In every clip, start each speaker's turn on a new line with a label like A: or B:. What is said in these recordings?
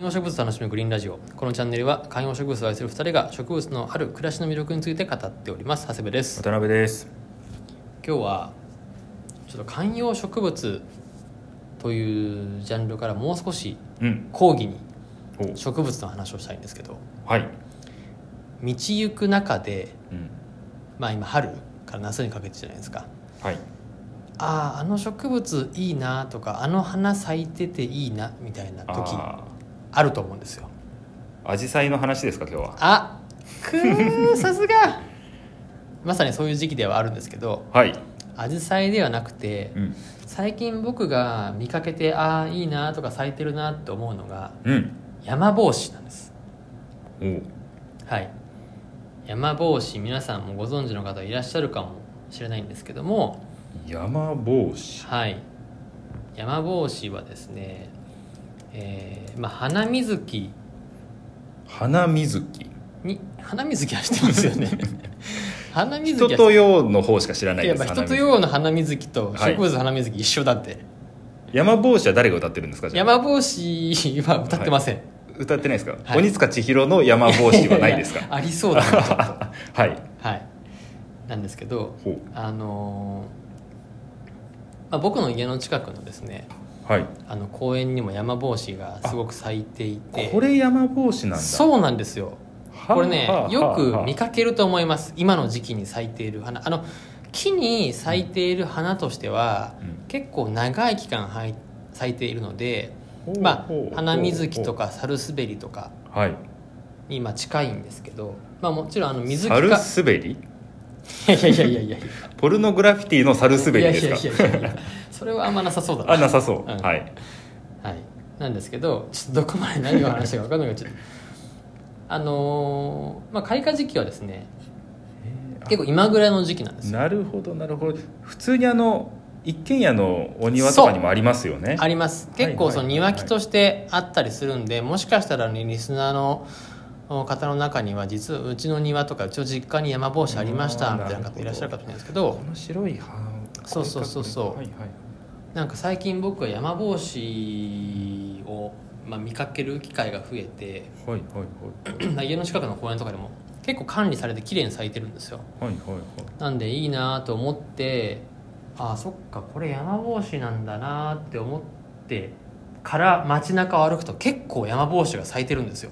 A: 観葉植物を楽しむグリーンラジオこのチャンネルは観葉植物を愛する2人が植物のある暮らしの魅力について語っております長谷部です
B: 渡辺です
A: 今日はちょっと観葉植物というジャンルからもう少し
B: うん
A: 講義に
B: お
A: 植物の話をしたいんですけど
B: はい、
A: 道行く中で
B: うん、
A: まあ今春から夏にかけてじゃないですか
B: はい
A: あああの植物いいなとかあの花咲いてていいなみたいな時
B: あ
A: あると思うんですよ
B: あ紫陽花の話ですか今日は
A: あくーさすがまさにそういう時期ではあるんですけど
B: はい、
A: 紫陽花ではなくて
B: うん
A: 最近僕が見かけてああいいなとか咲いてるなって思うのが
B: うん
A: 山帽子なんです
B: おう
A: はい山帽子皆さんもご存知の方いらっしゃるかもしれないんですけども
B: 山帽子
A: はい山帽子はですねえーまあ花水木
B: 花水木
A: に花水木は知ってますよね花水木
B: 人
A: は知って
B: と陽の方しか知らない
A: いや
B: で
A: っぱ人
B: す
A: と
B: 花水木
A: 用の花水木と植物の花水木一緒だって、
B: 山帽子は誰が歌ってるんですかじゃあ
A: 山帽子は歌ってません、
B: 歌ってないですか、
A: はい
B: 鬼塚千尋の山帽子はないですか
A: やや ありそうだなちょっと
B: はい
A: はいなんですけど
B: ほう
A: あのーまあ、僕の家の近くのですね
B: はい
A: あの公園にも山帽子がすごく咲いていて
B: これ山帽子なんだ
A: そうなんですよ
B: はあ
A: これね
B: はあ
A: よく
B: はあ
A: 見かけると思います今の時期に咲いている花あの木に咲いている花としては、
B: うん
A: 結構長い期間はい咲いているので、
B: ほう
A: ま
B: ほう
A: あ、花水木と
B: ほ
A: か猿滑りとか
B: うはい
A: に今近いんですけど、まあ、もちろんあの水木か
B: 猿滑り
A: いやいやいやいやいやい
B: ポルノグラフィティの猿滑り
A: や
B: で
A: いやい
B: す
A: や
B: か
A: いやいやいやそれはあんまなさそうだな
B: あなさそう、
A: うん
B: はい
A: はい、なんですけどちょっとどこまで何を話したか分かんないけどちょっとあのーまあ開花時期はですね結構今ぐらいの時期なんですよ
B: なるほどなるほど普通にあの一軒家のお庭とかにもありますよね
A: あります
B: はい
A: 結構そ
B: は
A: の
B: いはいはい
A: 庭木としてあったりするんでもしかしたらねリスナーのお方の中には実はうちの庭とかうちの実家に山帽子ありました
B: あー
A: みたいな方いらっしゃるかもしれないですけ
B: こ
A: ど
B: の白い葉
A: そうそうそうそう
B: はいはい
A: なんか最近僕は山帽子を、まあ、見かける機会が増えて
B: はいはい
A: まあ家の近くの公園とかでも結構管理されて綺麗に咲いてるんですよ
B: はいはいはいはい
A: なんでいいなと思ってああそっかこれ山帽子なんだなって思ってから街中を歩くと結構山帽子が咲いてるんですよ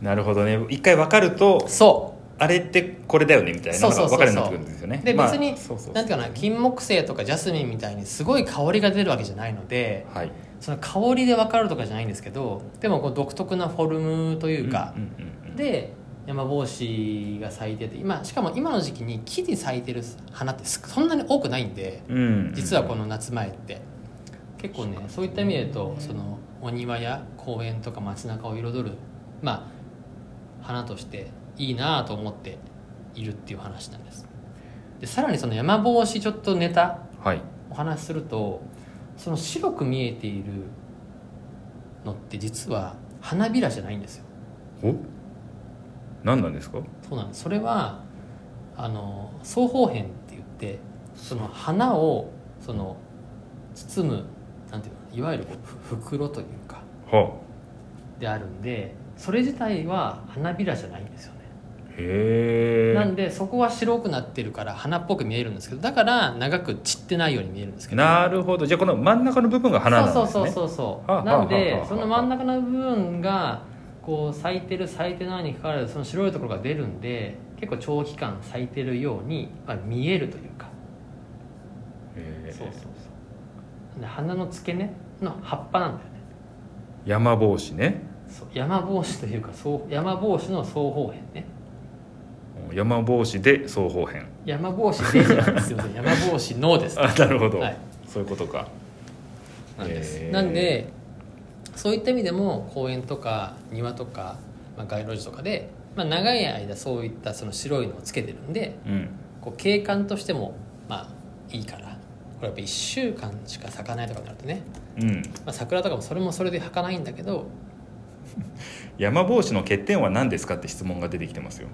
B: なるほどね一回分かると
A: そ
B: あれってこれだよねみたいなの
A: そうそうそうそ
B: が
A: う
B: 分かるようになってくるんですよね
A: うで
B: まあ
A: 別に
B: そうそう
A: なんていうかな金木犀とかジャスミンみたいにすごい香りが出るわけじゃないので
B: はい
A: その香りで分かるとかじゃないんですけどでもこう独特なフォルムというか
B: んうんうん
A: で山帽子が咲いてて今しかも今の時期に木に咲いてる花ってすそんなに多くないんで
B: うん
A: 実はこの夏前って結構ねそういった意味で言うとそのお庭や公園とか街中を彩るまあ花としていいなぁと思っているっていう話なんですでさらにその山帽子ちょっとネタ
B: はい
A: お話しするとその白く見えているのって実は花びらじゃないんですよ
B: お何なんですか
A: そうなんですそれはあの双方編って言ってその花をその包むなんていうのいわゆるこうふ袋というか
B: は
A: であるんでそれ自体は花びらじゃないんですよね、
B: あへえ
A: なんでそこは白くなってるから花っぽく見えるんですけどだから長く散ってないように見えるんですけど
B: なるほどじゃあこの真ん中の部分が花なんです
A: そ
B: ね
A: うそうそうそうそう、
B: はあ
A: なん
B: はあはあ
A: で
B: はあ
A: その真ん中の部分がこう咲いてる咲いてないにかかわらずその白いところが出るんで結構長期間咲いてるように、まあ、見えるというか、
B: へー
A: そうそうそうで花の付け根の葉っぱなんだよね
B: 山帽子ね
A: そう山帽子というかそう山帽子の双方編ね
B: 山帽子で双方編
A: 山帽子でじゃないですよね山帽子のです
B: あなるほど、
A: はい
B: そういうことか
A: なんです、
B: へー
A: なんでそういった意味でも公園とか庭とか、まあ、街路樹とかで、まあ、長い間そういったその白いのをつけてるんで
B: うん
A: こう景観としてもまあいいからこれやっぱ1週間しか咲かないとかになるとね、
B: うん
A: まあ、桜とかもそれもそれで咲かないんだけど
B: 山帽子の欠点は何ですかって質問が出てきてますよ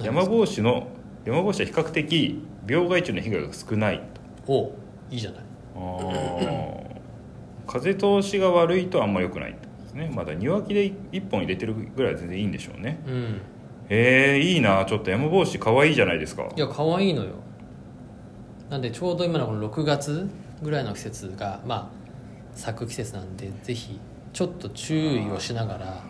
B: 山帽子の山帽子は比較的病害虫の被害が少ないと
A: おいいじゃない
B: あー風通しが悪いとあんま良くないとねまだ庭木で1本入れてるぐらいは全然いいんでしょうね
A: うん
B: えー、いいなちょっと山帽子かわいいじゃないですか
A: いや可愛いのよなんでちょうど今のこの6月ぐらいの季節がまあ咲く季節なんでぜひちょっと注意をしながら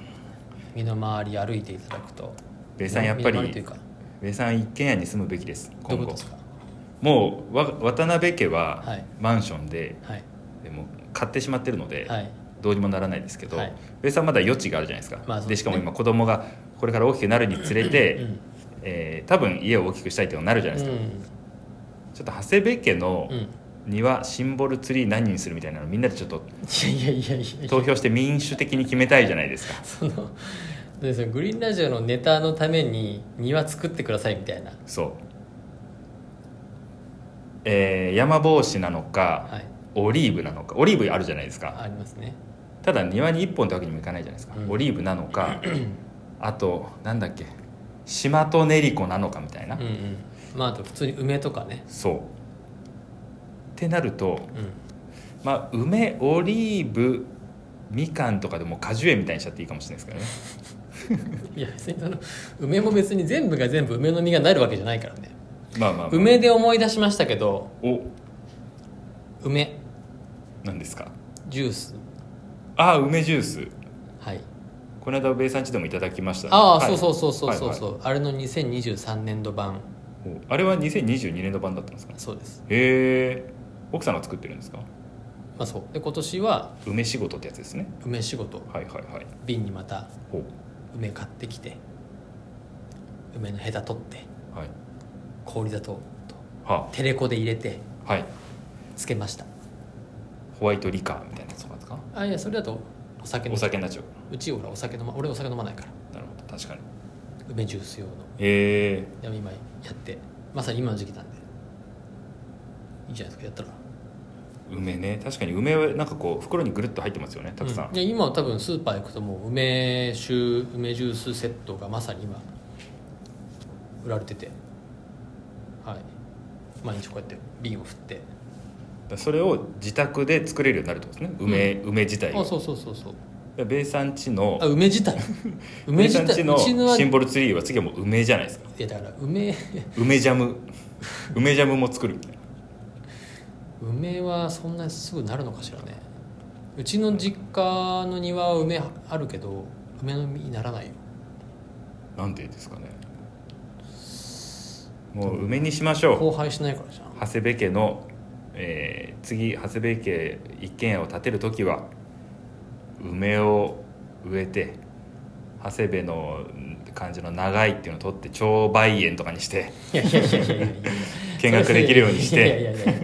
A: 身の回り歩いていただくと
B: べさんやっぱ
A: 身の回とい
B: り
A: うか
B: べさん一軒家に住むべきです
A: どういう
B: 今
A: こ
B: 後
A: とですか
B: もうわ渡辺家は
A: はい
B: マンションで、
A: はい
B: でも買ってしまってるので、
A: はい
B: どうにもならないですけど、
A: はい
B: べさんまだ余地があるじゃないですか、
A: まあそう
B: で
A: です
B: し
A: ね
B: かも今子供がこれから大きくなるにつれて、
A: うん
B: えー多分家を大きくしたいってなるじゃないですか、ちょっと長谷部家の
A: うんうん
B: 庭シンボルツリー何にするみたいなのみんなでちょっと
A: いやいやいやいや
B: 投票して民主的に決めたいじゃないですか
A: そのでそのグリーンラジオのネタのために庭作ってくださいみたいな
B: そうえー山帽子なのか、
A: はい
B: オリーブなのかオリーブあるじゃないですか
A: ありますね
B: ただ庭に1本ってわけにもいかないじゃないですか、
A: うん
B: オリーブなのかあとなんだっけシマトネリコなのかみたいな、
A: うんうんまああと普通に梅とかね
B: そうってなると
A: うん
B: まあ梅オリーブみかんとかでも果樹園みたいにしちゃっていいかもしれないですからね
A: いや別にその梅も別に全部が全部梅の実がなるわけじゃないからね
B: まあまあ、まあ、
A: 梅で思い出しましたけど
B: お
A: 梅
B: 何ですか
A: ジュース
B: ああ梅ジュース
A: はい
B: この間ベイさんちでもいただきましたね、
A: ああ、
B: はい
A: そうそうそうそうそうそう、
B: は
A: あれの2023年度版
B: いはいおあれは2022年度版だったんですかへ
A: そうです
B: え奥さんが作ってるんですか
A: まあそうで今年は
B: 梅仕事ってやつですね
A: 梅仕事
B: はいはいはい
A: 瓶にまた
B: ほ
A: 梅買ってきて梅のヘタ取って
B: うはい
A: 氷砂糖と
B: は
A: テレコで入れて
B: あはい
A: つけました
B: ホワイトリカーみたいなやつとかですか
A: あいやそれだとお酒の
B: お酒になっちゃう
A: うちほらお酒飲ま俺お酒飲まないから
B: なるほど確かに
A: 梅ジュース用の
B: へえ
A: でも今やってまさに今の時期なんでいいじゃないですかやったら
B: 梅ね確かに梅はなんかこう袋にぐるっと入ってますよねたくさん、
A: うん、で今多分スーパー行くともう梅酒梅ジュースセットがまさに今売られててはい毎日こうやって瓶を振って
B: それを自宅で作れるようになるってことですね梅,、梅自体
A: あ
B: が
A: そうそうそうそう
B: ベイさんちの
A: あ梅自 体梅
B: ベイさ
A: 自体
B: んちの
A: うちのは
B: シンボルツリーは次はもう梅じゃないですか
A: いやだから梅
B: 梅ジ ャム梅ジャムも作るみたいな
A: 梅はそんなすぐなるのかしらねうちの実家の庭は梅あるけど梅の実にならないよ
B: なんでですかねもう梅にしましょ
A: 荒廃しないからじゃん
B: う長谷部家の、えー次長谷部家一軒家を建てる時は梅を植えて長谷部のうん感じの長いっていうのを取って長梅園とかにして
A: いやいやいやいやいや
B: 見学できるようにし
A: いやいや
B: て
A: いやいや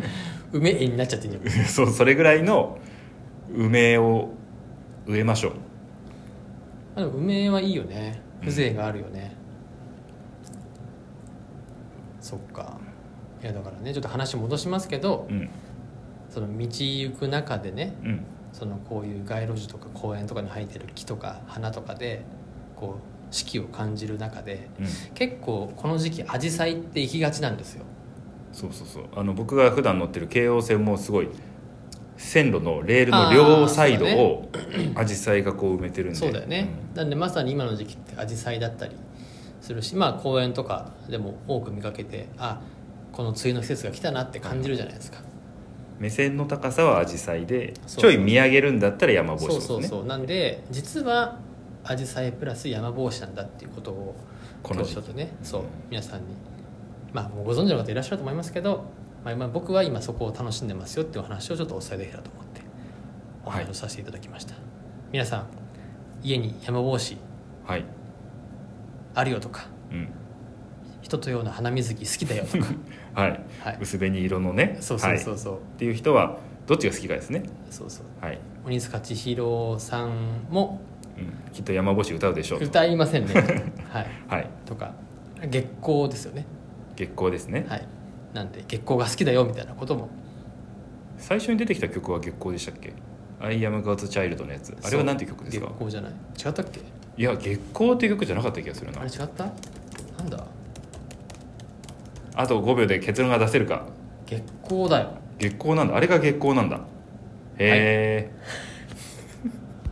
A: 梅絵になっちゃってんじゃん
B: そうそれぐらいの梅を植えましょう
A: あでも梅はいいよね風情があるよね、そっかいやだからねちょっと話戻しますけど
B: うん
A: その道行く中でね
B: うん
A: そのこういう街路樹とか公園とかに生えてる木とか花とかでこう四季を感じる中で
B: うん
A: 結構この時期紫陽花って行きがちなんですよ
B: そうそうそうあの僕が普段乗ってる京王線もすごい線路のレールの両サイドをアジサイがこう埋めてるんで
A: そうだよね、なんでまさに今の時期って紫陽花だったりするしまあ公園とかでも多く見かけてあこの梅雨の季節が来たなって感じるじゃないですか、
B: うん目線の高さはアジサイで
A: そう
B: ちょい見上げるんだったら山帽子
A: そう
B: です
A: そ
B: ね
A: うそうなんで実は紫陽花プラス山帽子なんだっていうことを
B: この
A: 今日ち
B: 時
A: ょっ
B: 期
A: とねそう、
B: うん
A: 皆さんにまあもうご存知の方いらっしゃると思いますけど、まあ、今僕は今そこを楽しんでますよっていうお話をちょっとお伝えできたらと思ってお話をさせていただきました、皆さん家に山帽子
B: はい、
A: あるよとか
B: うん
A: 人とような花水着好きだよと か
B: はい、
A: はい
B: 薄紅色のね
A: そうそうそう
B: はい、
A: そう、
B: っていう人はどっちが好きかですね
A: そうそう
B: はい、
A: 鬼塚千尋さんも
B: うん、きっと山帽子歌うでしょうと
A: 歌いません ねはい
B: はい
A: とか月光ですよね
B: 月光ですね、
A: はいなんで月光が好きだよみたいなことも
B: 最初に出てきた曲は月光でしたっけ「I am God's Child」のやつあれはなんていう曲ですか
A: 月光じゃない違ったっけ
B: いや月光っていう曲じゃなかった気がするな
A: あれ違ったなんだ
B: あと5秒で結論が出せるか
A: 月光だよ
B: 月光なんだあれが月光なんだへえ、